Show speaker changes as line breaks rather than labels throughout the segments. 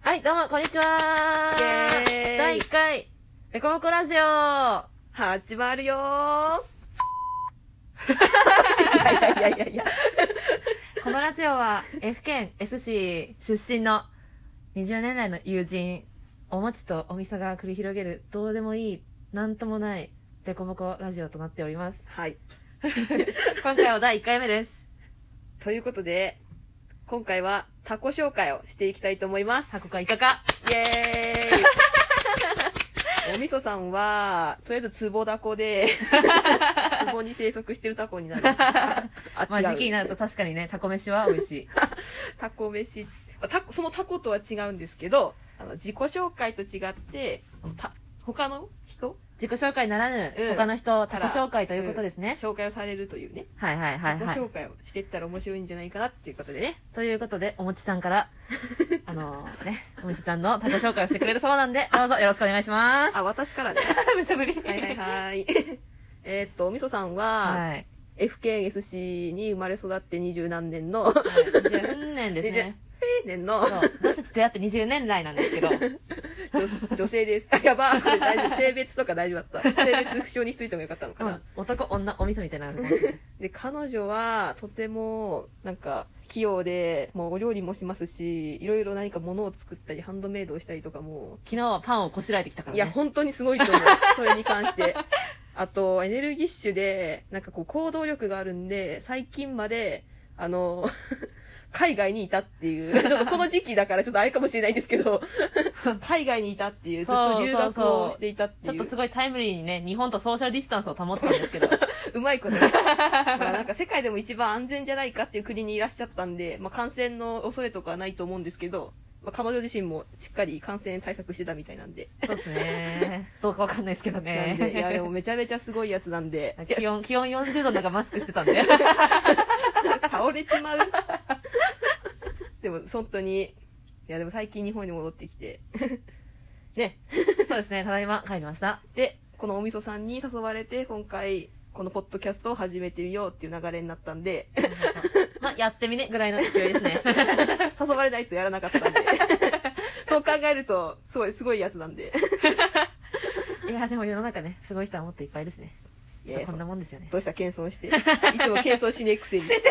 はい、どうも、こんにちは
イェーイ
第1回、デコボコラジオは
始まるよーいやいやいやいや
このラジオは F 県 S 市出身の20年来の友人おもちとおみそが繰り広げるどうでもいいなんともないデコボコラジオとなっております
はい。
今回は第1回目です
ということで、今回はタコ紹介をしていきたいと思います。
タコかイカか
イ エーイおみそさんは、とりあえずツボダコ で、ツボに生息してるタコにな る。あ
まあ時期になると確かにねタコ飯は美味しい
タコ飯、まあタコそのタコとは違うんですけど、あの自己紹介と違って、あのた他の人
自己紹介ならぬ、
うん
他の人をタコ紹介ということですね、
紹介をされるというね、
はいはいはいはい
自己紹介をしていったら面白いんじゃないかなっていうこと でね。
ということで、おもちさん から、あのね、おみそちゃんのタコ紹介をしてくれるそうなんで、どうぞよろしくお願いします。
あ、私からね。
めちゃぶり。
はいはいはい。 えーっと、おみそさんは、
はい。
FKSC に生まれ育って二十何 年の、
20年ですね。
年の
そう。私たち出会って20年来なんですけど、
女女性です。あ、やば、これ大丈夫。性別とか大丈夫だった。性別不詳にしといてもよかったのか
う。
なん
男、女、おみそみたいなのあるかもしれ ない
で、彼女は、とても、なんか、器用で、もうお料理もしますし、いろいろ何か物を作ったり、ハンドメイドをしたりとかも、
昨日はパンをこしらえてきたから
い
ね。
や、本当にすごいと思う。それに関して。あと、エネルギッシュで、なんかこう、行動力があるんで、最近まで、あの、 海外にいたっていう、ち ょっとこの時期だからちょっとあれかもしれないんです けど、海外にいたっていう、ずっと留
そうそうそ
学
う
をしていたって
ちょっ
いう、
とすごいタイムリーにね、日本とソーシャルディスタンスを保ってたんです けど、
うまいこと、ね、まあなんか世界でも一番安全じゃないかっていう国にいらっしゃったんで、まあ感染の恐れとかはないと思うんですけど、まあ彼女自身もしっかり感染対策してたみたいなんで。
そうですね。どうかわかんないですけど
なんで、いやで
ね。
もめちゃめちゃすごいやつなんで、
気温、気温40度の中マスクしてたん で。
倒れちまう。でも、本当に、いや、でも最近日本に戻ってきて。 ね。
そうですね、ただいま帰りました。
で、このおみそさんに誘われて、今回、このポッドキャストを始めてみようっていう流れになったんで、
まあ、やってみね、ぐらいの勢いですね。
誘われないとやらなかったんで。 そう考えると、すごい、すごいやつなんで。
いや、でも世の中ね、すごい人はもっといっぱいいるしね。ちょっとこんなもんですよね。
どうした謙遜して。いつも謙遜しねえくせに。して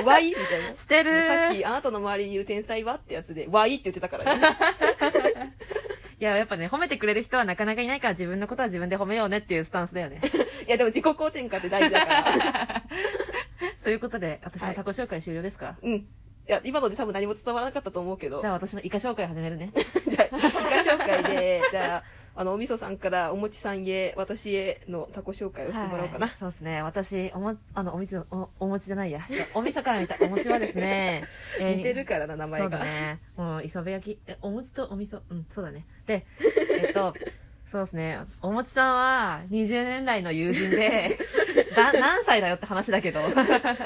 るわいみたいな。
して
さっ
い
き、あなたの周りにいる天才はってやつで、わいって言ってたからね。
や、やっぱね、褒めてくれる人はなかなかいないから自分のことは自分で褒めようねっていうスタンスだよね。
いや、でも自己肯定感って大事だから。
ということで、私のタコ紹介終了ですか、
うん。いや、今ので多分何も伝わらなかったと思うけど。
じ
じ
ゃ
ゃ
あ私のイカ紹介始めるね。
あ、自己紹介で、 じゃあ、あの、おみそさんからおもちさんへ、私へのタコ紹介をしてもらおうかな。
はいそうですね。私、おも、あの、おみつ、お、お餅じゃないや。おみそから見たお餅はです ね、えー
似てるからな、名前
そう
が。
だね。もう、磯辺焼き、え、お餅とお味噌、うん、そうだね。 で、えっと、そうですね。お餅さんは、20年来の友人 で、だ、何歳だよって話だけ ど。
い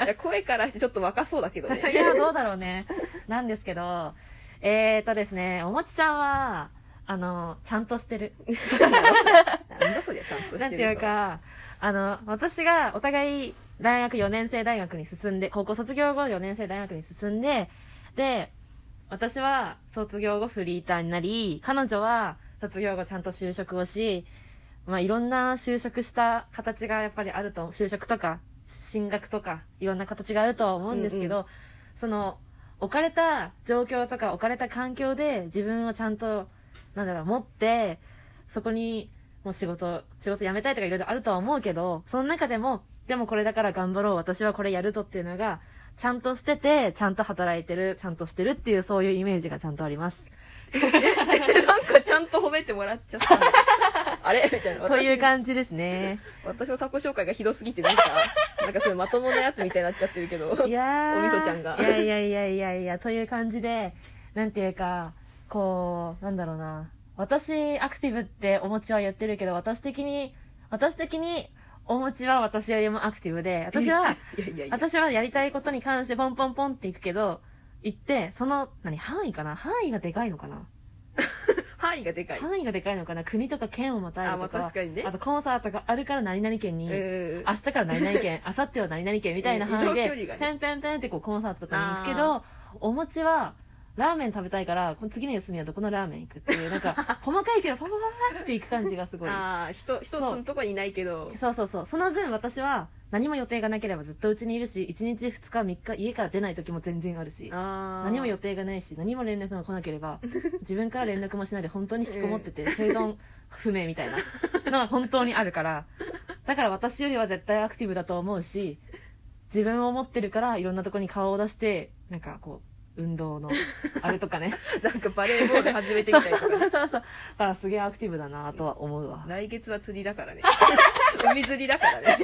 や声からしてちょっと若そうだけど
い
ね。
や、どうだろうね。なんですけど、えっとですね、お餅さんは、あの、ちゃんとしてる。
なんだそりゃ、ちゃんとしてると
なんていう。か、あの、私がお互い大学4年生大学に進んで、高校卒業後4年生大学に進んで、で、私は卒業後フリーターになり、彼女は卒業後ちゃんと就職をし、まあいろんな就職した形がやっぱりあると、就職とか進学とかいろんな形があるとは思うんですけど、
う
その、置かれた状況とか置かれた環境で自分をちゃんと、なんだろう、持って、そこにもう仕事、仕事辞めたいとかいろいろあるとは思うけど、その中でも、でもこれだから頑張ろう、私はこれやるぞっていうのが、ちゃんとしてて、ちゃんと働いてる、ちゃんとしてるっていう、そういうイメージがちゃんとあります。
なんかちゃんと褒めてもらっちゃった。あれみたいな。
という
私
感じです ね。
私のタコ紹介がひどすぎて、なんか、 なんかそういうまともなやつみたいになっちゃってるけど。
いやー
おみそちゃんが
いやいやいやいやいや、という感じで、なんていうか、こう、なんだろうな。私、アクティブってお餅は言ってるけど、私的に、私的に、お餅は私よりもアクティブで、私は、
いやいやいや。
私はやりたいことに関してポンポンポンっていくけど、行って、その、何、範囲かな範囲がでかいのかな、
範囲がでかい。
範囲がでかいのかな国とか県をまたい
あ、
で
まあ
とか、
確かにね
あ。とコンサートがあるから何々県に、
うん
明日から何々 県、明後日は何々県みたいな範囲
うん
で、
移動距離がね
ペンペンペンってこうコンサートとかに行くけど、お餅は、ラーメン食べたいから、この次の休みはどこのラーメン行くっていう、なん か、細かいけど、パパパパって行く感じがすごい。
ああ一つのとこにいないけど
そうそうそう。その分私は、何も予定がなければずっと家にいるし、1日2日3日家から出ない時も全然あるし、
あ
何も予定がないし、何も連絡が来なけれ ば、自分から連絡もしないで本当に引きこもってて、生存不明みたいなのが本当にあるから、だから私よりは絶対アクティブだと思うし、自分を持ってるからいろんなとこに顔を出して、なんかこう、運動の、あれと かね。
なんかバレーボール始めて
そ
み
う
た
そ
いうと
そう
か
そう。だからすげえアクティブだなとは思うわ。
来月は釣りだからね海釣りだからね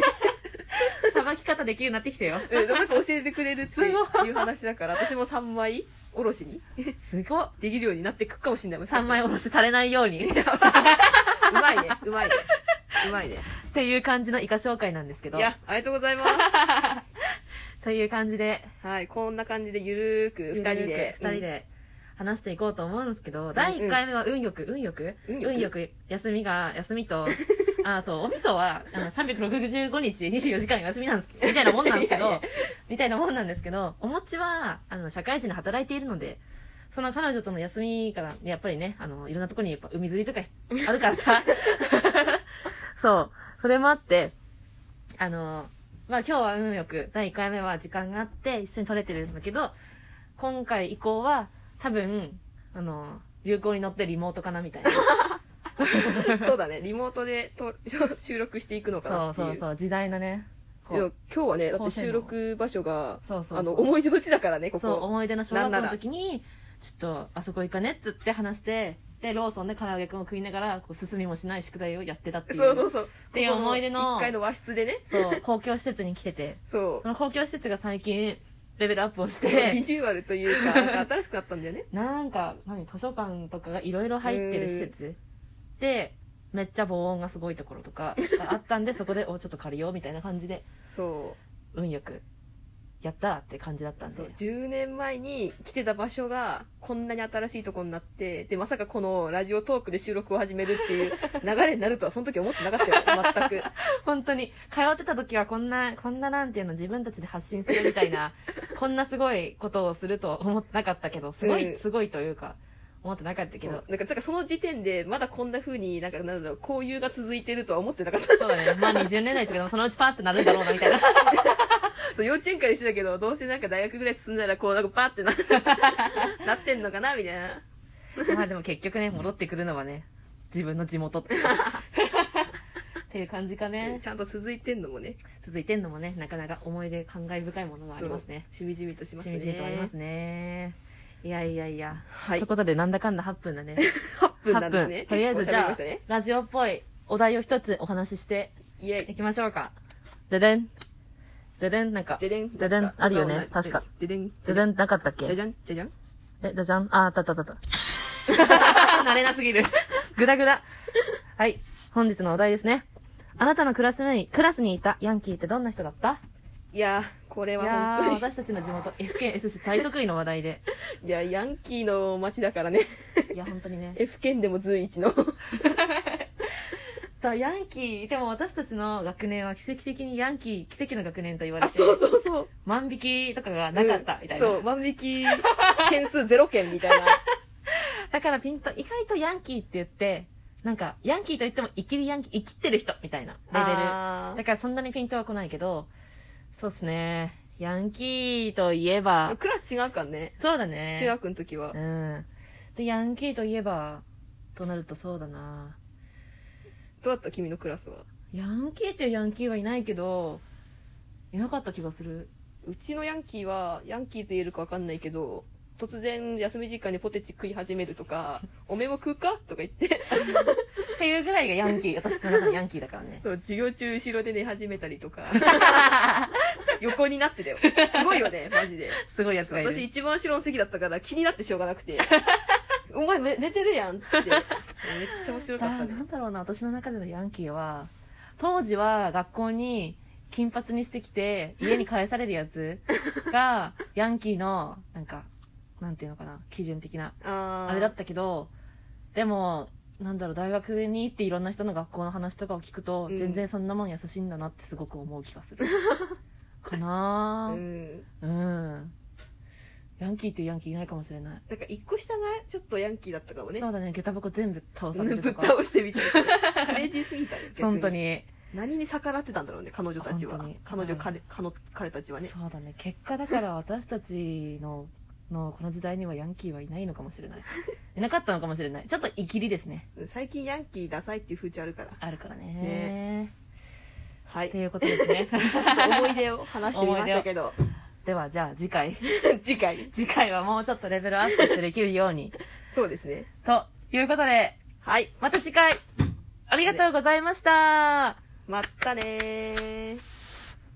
さばき方できるようになってきたよ。
うんなんか教えてくれるっていう話だから私も3枚おろしに
すごっ。
できるようになってくかもしれないもしか
3
したら
枚おろしされないようにっ
うまいねうまいねうまいね
ていう感じのイカ紹介なんですけど
いやありがとうございます
という感じで
はいこんな感じでゆるーく2人で
2人で話していこうと思うんですけど、第1回目は運よく運よく
運よく
運よく休みが休みとあそうお味噌はあの365日24時間休みなんですみたいなもんなんですけ
いやい
どみたいなもんなんですけどお餅はあの社会人で働いているのでその彼女との休みからやっぱりねあのいろんなところにやっぱ海釣りとかあるから さそうそれもあってあのまあ今日は運よく第1回目は時間があって一緒に撮れてるんだけど今回以降は多分あの流行に乗ってリモートかなみた いな
そうだねリモートでと収録していくのかな
そう
っていう
そうそう時代だねこ
いや
う
今日はねだって
高性能
収録場所が
そうそう
あの
そう
思い出の地だからねここ
そう思い出の小学校
なんな
の
ら
時にちょっとあそこ行かねっつって話してでローソンで唐揚げくんを食いながらこう進みもしない宿題をやってたっていう
そうそうそうって
いう思い出の
1階の和室でね
そう公共施設に来てて
そう
その公共施設が最近レベルアップをし
リ
て
ニューアルというかなんか新しくなったんだよね
なんか何図書館とかがいろいろ入ってる施設でめっちゃ防音がすごいところとかがあったんでそこでおちょっと借りようみたいな感じで
そう
運よくやったって感じだったんで
そう10年前に来てた場所がこんなに新しいとこになってでまさかこのラジオトークで収録を始めるっ ていう流れになるとはその時思ってなかったよ全く
本当に通ってた時はこんなこんななんていうの自分たちで発信するみたい なこんなすごいことをするとは思ってなかったけどすごい、
うん
すごいというか思ってなかったけ
そう
ど
なんかだからその時点でまだこんな風になんかなんだろう交友が続いてるとは思ってなかった
そうだねまあ20年代とかでもそのうちパーってなるんだろうなみたいな
そう幼稚園からしてたけどどうせなんか大学ぐらい進んだらこうなんかパーってな なってんのかなみたいな
まあでも結局ね戻ってくるのはね自分の地元って っていう感じかね
ちゃんと続いてんのもね
続いてんのもねなかなか思い出感慨深いものがありますね
そうしみじみとします
し
ね
みじみとありますねいやいやいや、
はい
ということでなんだかんだ8分だね
8分なんですね
とりあえずじゃあ、
結構喋りましたね
ラジオっぽいお題を一つお話しして
イエイ
いきましょうか。ででん。ででん、なんか。
ででん。
ででん、あるよね。確か。。
ででん。
ででん、なかったっけ
じゃじゃん、じゃじゃん。
え、じゃじゃん。あー、あったあったあった。 慣れなすぎ る。ぐだぐだ。はい。本日のお題ですね。あなたのクラスに、クラスにいたヤンキーってどんな人だった
いやー、これ
い
は
やー、
本当
私たちの地元、F 県 S 市大得意の話題で。
に。いや、ヤンキーの街だからね。
いや、本当にね。
F 県でも随一の。
ヤンキー、でも私たちの学年は奇跡的にヤンキー、奇跡の学年と言われ
あ、
て。
そうそうそう。
万引きとかがなかったみたいな、
うんそう、万引き、件数ゼロ件みたいな。
だからピンと意外とヤンキーって言ってなんかヤンキーと言っても生きるヤンキー生きてる人みたいなレベル
あ
だからそんなにピントは来ないけどそうっすねヤンキーといえば
ークラス違うかね。
そうだね
中学の時は
う。んでヤンキーといえばとなるとそうだな
どうだった君のクラスは。
ヤンキーっていうヤンキーはいないけどいなかった気がする
うちのヤンキーは、ヤンキーと言えるかわかんないけど、突然休み時間にポテチ食い始めるとか、 おめも食うかとか言って、
っていうぐらいがヤンキー私の中のヤンキーだからね
そう授業中後ろで寝始めたりとか、 横になってたよ。すごいよ ね、マジで。
すごいやつがいる
私一番後ろの席だったから気になってしょうがなく て。お前め寝てるやんっつって。めっちゃ面白かった
だ
ね
な。んだろうな私の中でのヤンキーは当時は学校に金髪にしてきて家に返されるやつがヤンキーのなんかなんていうのかな基準的な
あー
あれだったけどでもなんだろう大学に行っていろんな人の学校の話とかを聞くと、
うん
全然そんなもん優しいんだなって すごく思う気がするかなぁ
うん。
うん、ヤンキーっていうヤンキーいないかもしれない。
なんか一個下がちょっとヤンキーだったかもね。
そうだね、下駄箱全部倒され
ぶ
る
っ
とか。
倒してみたい な。クレイジーすぎたね。逆
本当。に。
何に逆らってたんだろうね、彼女たちは
本当に。
彼女、彼、彼女彼たちはね。
そうだね、結果だから私たちの、のこの時代にはヤンキーはいないのかもしれない。いなかったのかもしれない。ちょっとイキリですね。
最近ヤンキーダサいっていう風潮あるから。
あるからね。
はい。
っていうことですね。
思い出を話してみましたけど、
では、じゃあ次回。
次回。
次回はもうちょっとレベルアップしてできるように。
そうですね。
ということで、
はい。
また次回、ありがとうございました。
まったねー。